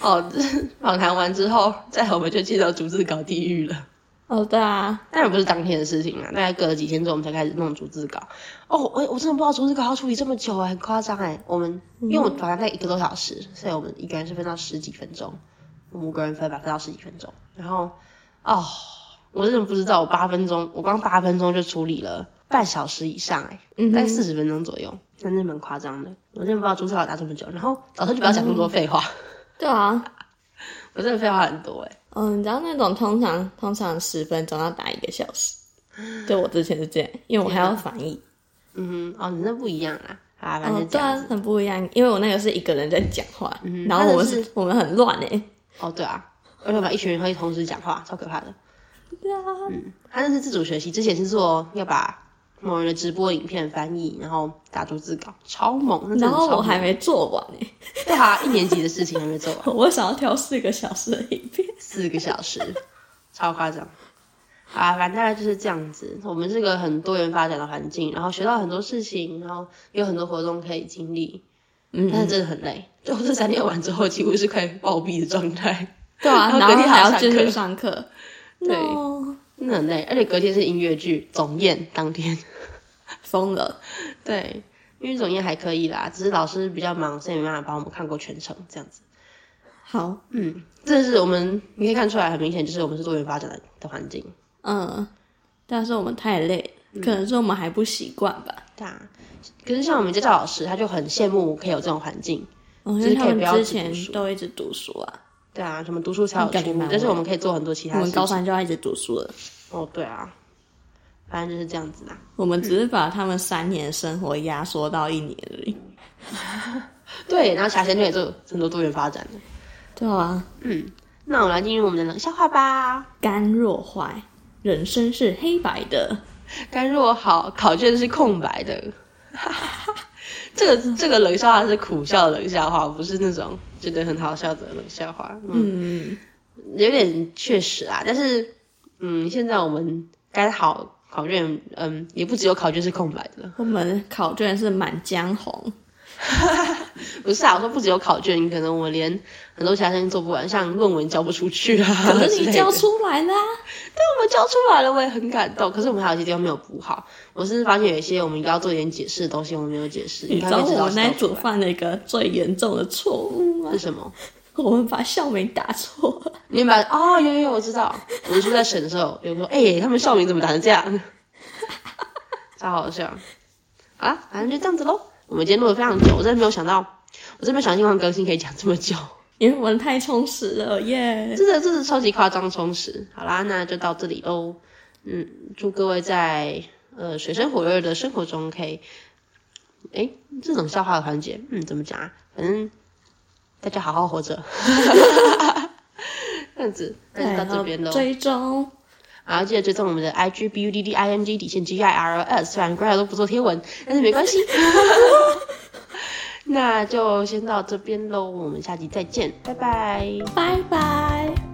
Speaker 2: 哦， 这访谈完之后，再我们就接着逐字稿地狱了。
Speaker 1: 哦，对啊，
Speaker 2: 当然不是当天的事情啦，大概隔了几天之后，我们才开始弄逐字稿。哦，我我真的不知道逐字稿要处理这么久哎、很夸张哎。我们因为我们访谈在一个多小时，所以我们一个人是分到十几分钟，我们五个人分吧，分到十几分钟。然后，哦，我真的不知道，我八分钟，我光八分钟就处理了半小时以上哎、
Speaker 1: 嗯
Speaker 2: 大概
Speaker 1: 哼，
Speaker 2: 四十分钟左右，真的蛮夸张的。我真的不知道逐字稿打这么久，然后早上就不要讲那么多废话，
Speaker 1: 对啊，
Speaker 2: 我真的废话很多哎、
Speaker 1: 嗯，你知道那种通常通常十分钟要打一个小时，就我之前是这样，因为我还要翻译。
Speaker 2: 嗯哼，哦，你那不一样啦，啊，反
Speaker 1: 哦
Speaker 2: 正，这
Speaker 1: 对
Speaker 2: 样
Speaker 1: 啊
Speaker 2: 子。，
Speaker 1: 很不一样，因为我那个是一个人在讲话，
Speaker 2: 嗯
Speaker 1: 然后我们
Speaker 2: 他的
Speaker 1: 是，我们很乱哎、
Speaker 2: 哦，对啊，而且我们一群人会同时讲话，超可怕的。
Speaker 1: 对啊，
Speaker 2: 他那是自主学习，之前是做要把某人的直播影片翻译，然后打逐字稿，超猛。那真的
Speaker 1: 然后
Speaker 2: 超
Speaker 1: 我还
Speaker 2: 猛
Speaker 1: 没做完哎、
Speaker 2: 对啊，一年级的事情还没做完，
Speaker 1: 我想要挑四个小时的影片。
Speaker 2: 四个小时，超夸张。啊，反正大概就是这样子。我们是个很多元发展的环境，然后学到很多事情，然后也有很多活动可以经历，但是
Speaker 1: 嗯，
Speaker 2: 真的很累。就我这三天完之后，几乎是快暴毙的状态。
Speaker 1: 对啊，
Speaker 2: 然
Speaker 1: 然
Speaker 2: 后隔
Speaker 1: 后
Speaker 2: 天还
Speaker 1: 还
Speaker 2: 要
Speaker 1: 要继
Speaker 2: 上课
Speaker 1: 续上课。
Speaker 2: 对
Speaker 1: No，
Speaker 2: 真的很累，而且隔天是音乐剧总演当天。
Speaker 1: 疯了。
Speaker 2: 对，因为总监还可以啦，只是老师比较忙，所以没办法帮我们看过全程这样子。
Speaker 1: 好，
Speaker 2: 嗯，这是我们你可以看出来，很明显就是我们是多元发展的的环境。
Speaker 1: 嗯，但是我们太累
Speaker 2: 嗯
Speaker 1: 了，可能是我们还不习惯吧。
Speaker 2: 对啊，可是像我们家教老师，他就很羡慕可以有这种环境。
Speaker 1: 嗯，因
Speaker 2: 就是
Speaker 1: 为
Speaker 2: 可以
Speaker 1: 他们
Speaker 2: 不要
Speaker 1: 之
Speaker 2: 只读
Speaker 1: 前
Speaker 2: 书
Speaker 1: 都一直读书啊，
Speaker 2: 对啊，什么读书才有
Speaker 1: 感觉
Speaker 2: 出路
Speaker 1: 蛮，
Speaker 2: 但是我们可以做很多其
Speaker 1: 我
Speaker 2: 他
Speaker 1: 们
Speaker 2: 事
Speaker 1: 高
Speaker 2: 情。
Speaker 1: 三就要一直读书了。
Speaker 2: 哦，对啊，反正就是这样子啦。
Speaker 1: 我们只是把他们三年的生活压缩到一年而已。
Speaker 2: 对，然后霞仙就也做很多多元发展的。
Speaker 1: 对啊，
Speaker 2: 嗯，那我们来进入我们的冷笑话吧。
Speaker 1: 甘若坏，人生是黑白的。
Speaker 2: 甘若好，考卷是空白的。 这个这个冷笑话是苦笑冷笑话，不是那种觉得很好笑的冷笑话。嗯，
Speaker 1: 嗯，
Speaker 2: 有点确实啊，但是嗯，现在我们该好考卷，嗯，也不只有考卷是空白的了。
Speaker 1: 我们考卷是《满江 红
Speaker 2: 不是啊，我说不只有考卷，可能我连很多其他事情做不完，像论文交不出去啊。》，
Speaker 1: 可是
Speaker 2: 之类
Speaker 1: 你
Speaker 2: 的
Speaker 1: 交出来 啦。
Speaker 2: 我们交出来了，我也很感动。可是我们还有一些地方没有补好，我是发现有一些我们应该要做一点解释的东西，我们没有解释。
Speaker 1: 你知
Speaker 2: 应
Speaker 1: 道
Speaker 2: 该会知
Speaker 1: 我们
Speaker 2: 是
Speaker 1: 那一
Speaker 2: 交出
Speaker 1: 组
Speaker 2: 来
Speaker 1: 犯了一个最严重的错误吗
Speaker 2: 是？什么？
Speaker 1: 我们把校名打错了。
Speaker 2: 你把哦，有有有，我知道。我们说在审的时候，有人说，哎、他们校名怎么打成这样？ 超好笑。好啦，反正就这样子喽。我们今天录的非常久，我真的没有想到，我真的没有想到新闻更新可以讲这么久，
Speaker 1: 因为我们太充实了耶！
Speaker 2: 真的真的超级夸张充实。好啦，那就到这里喽。嗯，祝各位在呃水深火热的生活中可以，哎，这种笑话的环节，嗯，怎么讲啊？反正大家好好活着， 这样子，那就
Speaker 1: 然
Speaker 2: 到这
Speaker 1: 后
Speaker 2: 边喽。
Speaker 1: 追踪，
Speaker 2: 然后记得追踪我们的 IG B U D D I N G 底线 G I R L S，虽然 g r a 都不做贴文，但是没关系。 那就先到这边喽，我们下集再见，拜拜。
Speaker 1: 拜拜。